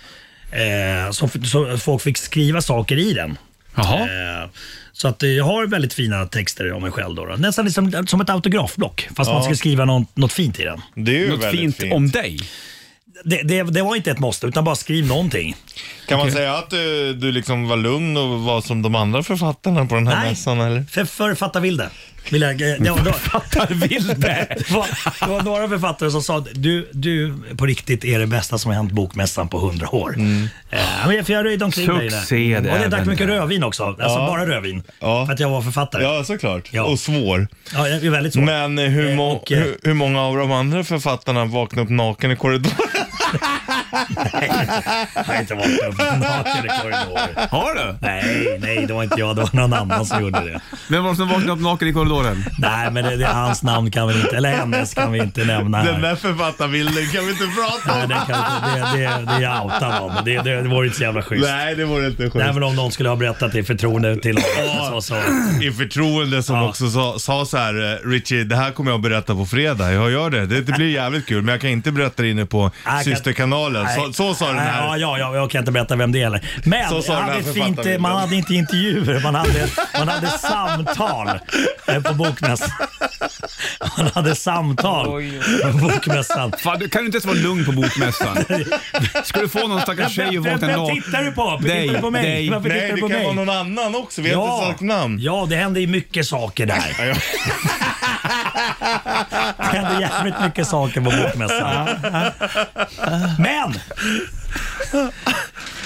Eh, så, så folk fick skriva saker i den.
Jaha.
Eh, Så att eh, jag har väldigt fina texter om mig själv. Då då. Nästan liksom, som ett autografblock, fast man ska skriva något, något fint i den.
Det är ju
Något
väldigt
fint,
fint.
om dig?
Det, det, det var inte ett måste, utan bara skriv någonting.
Kan man säga att du, du liksom var lugn och var som de andra författarna på den här mässan eller?
för, författarvilde. Vill jag, eh, det, var, det, var,
Författarvilde?
det, var, det var några författare som sa du, du på riktigt är det bästa som har hänt bokmässan på hundra år. Eh, men jag- för jag röjde omkring mig i det.
Succé det
Och jag
även
drack mycket
där.
rödvin också. Alltså bara rödvin.
Ja.
För att jag var författare. Ja,
Ja, såklart.
Ja.
Och svår.
jag är väldigt så.
Men eh, hur,
Eh,
må-
och, eh,
hur, hur många av de andra författarna vaknade upp naken i korridoren?
Jag har inte varit upp naken i korridorer.
Har du?
Nej, nej, det var inte jag. Det var någon annan som gjorde det.
Vem var det som vaknade upp naken i korridoren?
Nej, men det, det, hans namn kan vi inte, eller hennes kan vi inte nämna här.
Den där författarbilden kan vi inte prata
Nej,
om.
det, kan, det, det, det är outan om. Det, det, det vore inte så jävla schysst. Nej.
Nej, det vore inte schysst.
men om någon skulle ha berättat i förtroende till honom. så, så.
I förtroende som också sa, sa så här, eh, Richie, det här kommer jag att berätta på fredag. Jag gör det. det. Det blir jävligt kul, men jag kan inte berätta det inne på
Nej, jag kan-
systerkanalen. Så,
Nej.
så sa den
Nej,
här.
Ja, ja, ja, jag kan inte berätta vem det är heller. Men
Så sa
jag
den
hade
här
ett fint, eh,
författaren.
man hade inte intervjuer, man hade, man hade samtal eh, på bokmässan. Man hade samtal på bokmässan.
Fan, du kan ju inte ens vara lugn på bokmässan. Ska du få någon stackars tjej
Vem,
att
vem,
vakna
vem
naken?
tittar du på? Tittar
Dig,
du på mig?
dig.
Varför
Nej,
tittar
det
du på
kan
mig?
vara någon annan också. Vi har inte sagt namn.
ja, det händer ju mycket saker där.
ja.
Det händer jävligt mycket saker på bokmässan. Men!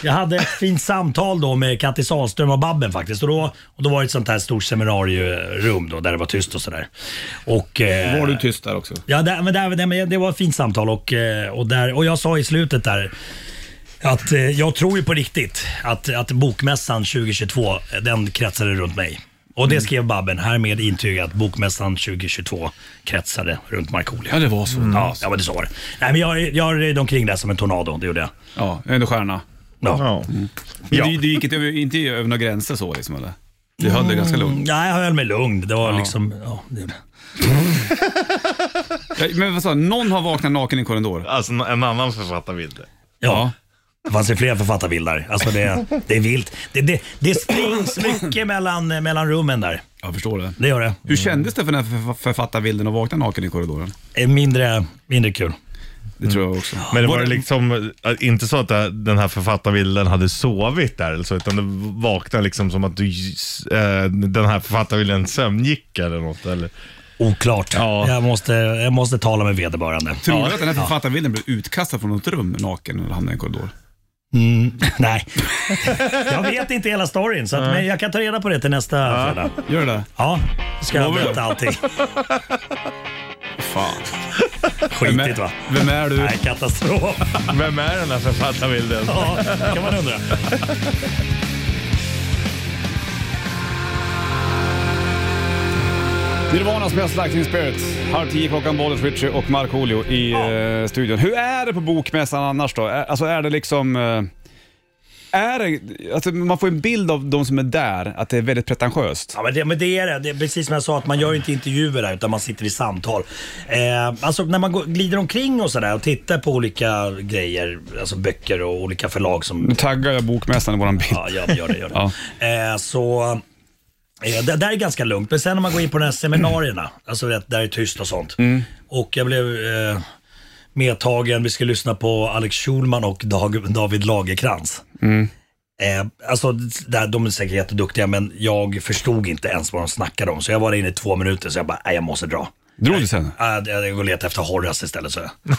Jag hade ett fint samtal då med Kattis Sahlström och Babben faktiskt. Och då, och då var det ett sånt här stort seminarierum då, där det var tyst och sådär. Och, eh,
Var du tyst där också?
Ja, där, men där, där, men det var ett fint samtal och, eh, och, där, och jag sa i slutet där att eh, jag tror ju på riktigt att, att bokmässan 2022, eh, den kretsade runt mig. Och det skrev Babben, härmed intygat bokmässan 2022 kretsade runt Markoolio.
Ja, det var så.
Ja, ja, men det så var det. Nej, men jag, jag röjde omkring där som en tornado, det gjorde jag.
Ja, jag är ändå stjärna.
Ja.
Ja.
Men
Ja.
Du, du gick inte över, inte över några gränser så liksom eller? Du höll dig ganska
Mm.
lugn.
Nej, jag höll mig lugn. Det var liksom, ja, det gjorde jag.
Ja, Eh, Men vad sa du? någon har vaknat naken i en korridor.
Alltså en annan författarbild.
Ja. Det fanns ju fler författarbildar. Alltså det, det är vilt. Det, det, det springs mycket mellan, eh, mellan rummen där.
Jag förstår det. Mm.
Det gör det.
Hur kändes det för den här förf- författarbilden att vakna naken i korridoren?
är Eh, mindre, mindre kul.
Det tror jag också.
Men det var, liksom eh, inte så att det- den här författarbilden hade sovit där eller så, utan det vaknade liksom som att du, eh, den här författarbilden sömngick eller något. Eller?
Oklart.
Ja.
Jag, måste, jag måste tala med vederbörande.
Tror du att den här författarbilden blev utkastad från något rum naken och hamnade i en korridor?
Nej. jag vet inte hela storyn, så att, men jag kan ta reda på det till nästa fredag.
Gör det?
Ja, ska jag
Lovar du?
berätta allting.
Fan. Vem
Skitigt va?
är, vem är du?
Nej, katastrof.
Vem är den här författarbilden?
Ja, kan man undra.
Nirvanas bäst Like in Spirit. Halv tio klockan, Bollers Ritchie och Markoolio i eh, studion. Hur är det på bokmässan annars då? Ä- Alltså är det liksom... Eh, är det, alltså man får en bild av de som är där, att det är väldigt pretentiöst.
Ja, men det, men det är det. det är precis som jag sa, att man gör ju inte intervjuer där utan man sitter i samtal. Eh, alltså när man går, glider omkring och sådär och tittar på olika grejer, alltså böcker och olika förlag som...
Nu taggar jag bokmässan i våran bild.
Ja, gör, gör det. Gör det. Eh, så... Eh, det där är ganska lugnt, men sen när man går in på de här seminarierna, alltså det, där är det tyst och sånt. Och jag blev eh, medtagen, vi ska lyssna på Alex Schulman och Dag, David Lagerkrans. Eh, alltså, där, de är säkert jätteduktiga, men jag förstod inte ens vad de snackade om. Så jag var där inne i två minuter, så jag bara, nej jag måste dra.
Drog du sen?
Ah, Jag går och letar efter Horace istället, så jag.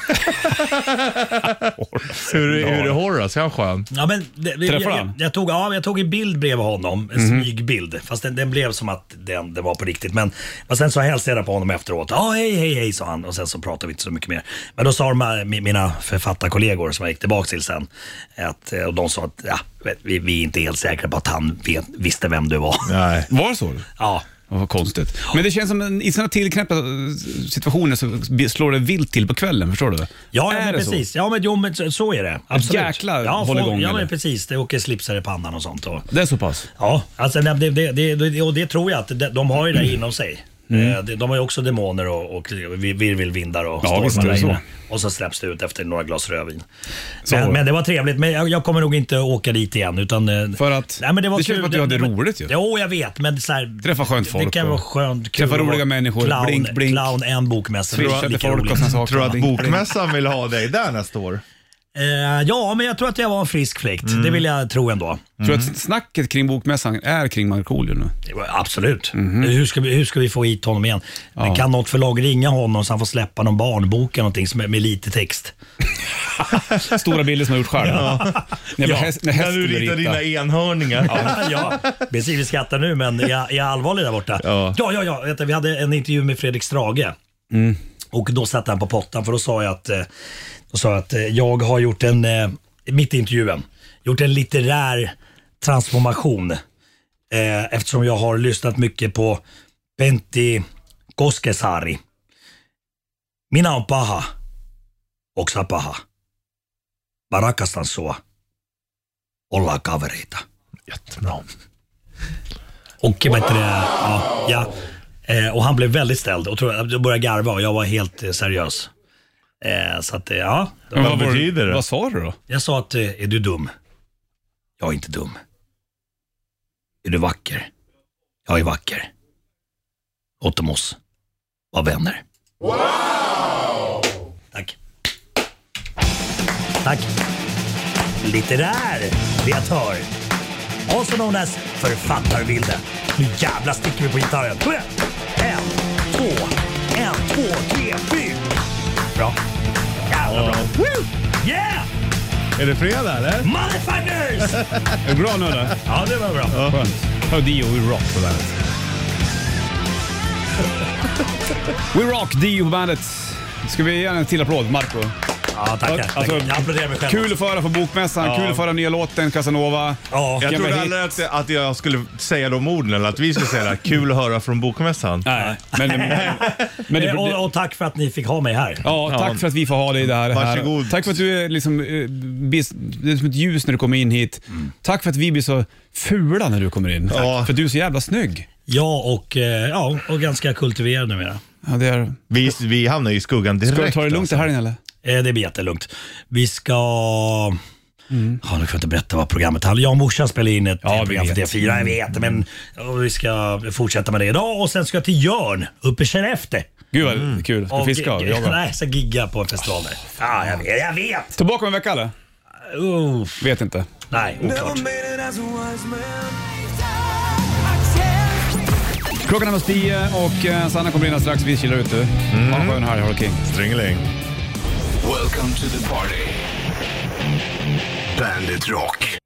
Hur, är- hur är Horace? Är han skön?
Ja, men det, det-
Träffade
jag,
han? Mhm.
jag, jag, tog, ja, jag tog en bild bredvid honom, en smygbild. Fast den, den blev som att den, den var på riktigt. Men, men sen så hälsade jag på honom efteråt. Ja, hej, hej, hej, sa han. Och sen så pratade vi inte så mycket mer. Men då sa de här, mi- mina författarkollegor som jag gick tillbaka till sen, att, eh, och de sa att ja, vi, vi är inte helt säkra på att han vet, visste vem du var.
Nej.
Var det så?
Ja.
Vad konstigt. Men det känns som en, i sådana tillknäppta eh, situationer så slår det vilt till på kvällen, förstår du?
Ja, ja
Är
men
det så?
precis. Ja, men, jo, men så, så är det. Absolut.
Jäklar,
ja,
håller
folk-
igång,
Ja,
eller?
men precis. Det åker slipsar i pannan och sånt. Och,
Det är så pass?
Ja, alltså, nej, det, det, det, det, och det tror jag att de, de har ju det inom sig.
Mm.
Eh, de- De har ju också demoner och, och vir- virvelvindar och
Ja, visst är det
där
så.
inne. Och så släpps det ut efter några glas rödvin.
Så var det.
Men, men det var trevligt, men jag, jag kommer nog inte åka dit igen. Utan, eh,
För att-
Nej, men det, var
det känns
kul.
som att du hade
men-
roligt ju.
Jo, jag vet, men så här,
Träffa skönt
Det
folk
kan
och-
vara skönt. Kul
Träffa
att vara
roliga människor,
Clown,
blink, blink.
clown en bokmässa. det är
Swisha till
lika
folk
roligt.
och sådana saker.
Tror du att
Ding, ding.
bokmässan vill ha dig där nästa år?
Eh, ja, men jag tror att jag var en frisk fläkt.
Mm.
Det vill jag tro ändå.
Tror du att snacket kring bokmässan är kring Markoolio nu?
Det var- Absolut. Hur, ska vi, hur ska vi få hit honom igen? Kan något förlag ringa honom så han får släppa någon barnbok eller någonting som är med lite text?
Stora bilder som jag gjort själv. När, jag-
Ja.
häst, när
Kan
hästen
du rita
ritar.
dina enhörningar?
ja, precis. Vi skrattar nu, men jag, jag är allvarlig där borta.
Ja.
ja, ja. ja. Vet du, vi hade en intervju med Fredrik Strage. Och då satte han på pottan, för då sa jag att, eh, då sa jag, att eh, jag har gjort en, eh, mitt i intervjun, gjort en litterär transformation. Eh, eftersom jag har lyssnat mycket på Pentti Koskesari. Minä on paha. Och sä paha. Mä rakastan sua. Ollaan kavereita.
Jättebra.
Och vad heter det, äh, ja, ja. Eh, och han blev väldigt ställd och tror- jag började garva och jag var helt eh, seriös. Eh, så att, eh, ja.
Men
Vad
var
betyder det?
Vad sa du då?
Jag sa att, eh, är du dum? Jag är inte dum. Är du vacker? Jag är vacker. Låt om oss vara vänner. Wow! Tack. Tack. Litterär reatör. Also known as författarbilden. Nu jävla sticker vi på gitarren. Kom igen! En, två, en, två, tre, fyra. Bra. Jävla bra. Woo! Yeah!
Är det fredag eller?
Motherfuckers!
Är du bra nu eller?
ja, det var bra.
Skönt. Hör Dio We Rock på bandet. We Rock, Dio på bandet. Ska vi ge en till applåd, Marco?
Ja, tackar. tackar.
Alltså,
jag applåderar mig själv.
Kul att få höra från bokmässan, kul att få höra nya låten Casanova.
Ja.
Jag
Vilken
trodde
bra
aldrig
hit.
att, att jag skulle säga de orden eller att vi skulle säga det. här. Kul att höra från bokmässan.
Nej, men, men, men
Eh,
det,
och, och tack för att ni fick ha mig här.
Ja, tack för att vi får ha dig där.
Varsågod.
Här. Tack för att du är liksom, eh, bis- det är som ett ljus när du kommer in hit. Tack för att vi blir så fula när du kommer in.
Mm. Ja.
För att du är så jävla snygg.
Ja, och, eh, ja, och ganska kultiverad numera.
Ja, det är...
Vi, vi hamnar ju i skuggan direkt. alltså.
Ska du ta det lugnt i helgen eller?
Eh, det blir jättelugnt. Vi ska... Ja, nu kan jag inte berätta vad programmet handlar Jag och morsan spelar in ett
Mm. Ja,
ja,
vi
program för
vet. Mm.
T4, jag vet. Men och vi ska fortsätta med det idag och sen ska jag till Jörn uppe i Skellefteå.
Gud vad
Mm.
kul. Ska du
Och-
fiska? och jaga?
Nej, ska gigga på en festival där. Ja, jag vet. Jag vet.
Tillbaka om en vecka eller?
Uh,
Vet inte.
nej, oklart.
Klockan är nästan tio och eh, Sanna kommer in här strax. Vi kilar ut du.
Mm.
Ha en skön helg, Harry King.
Stringeling.
Welcome to the party. Bandit Rock.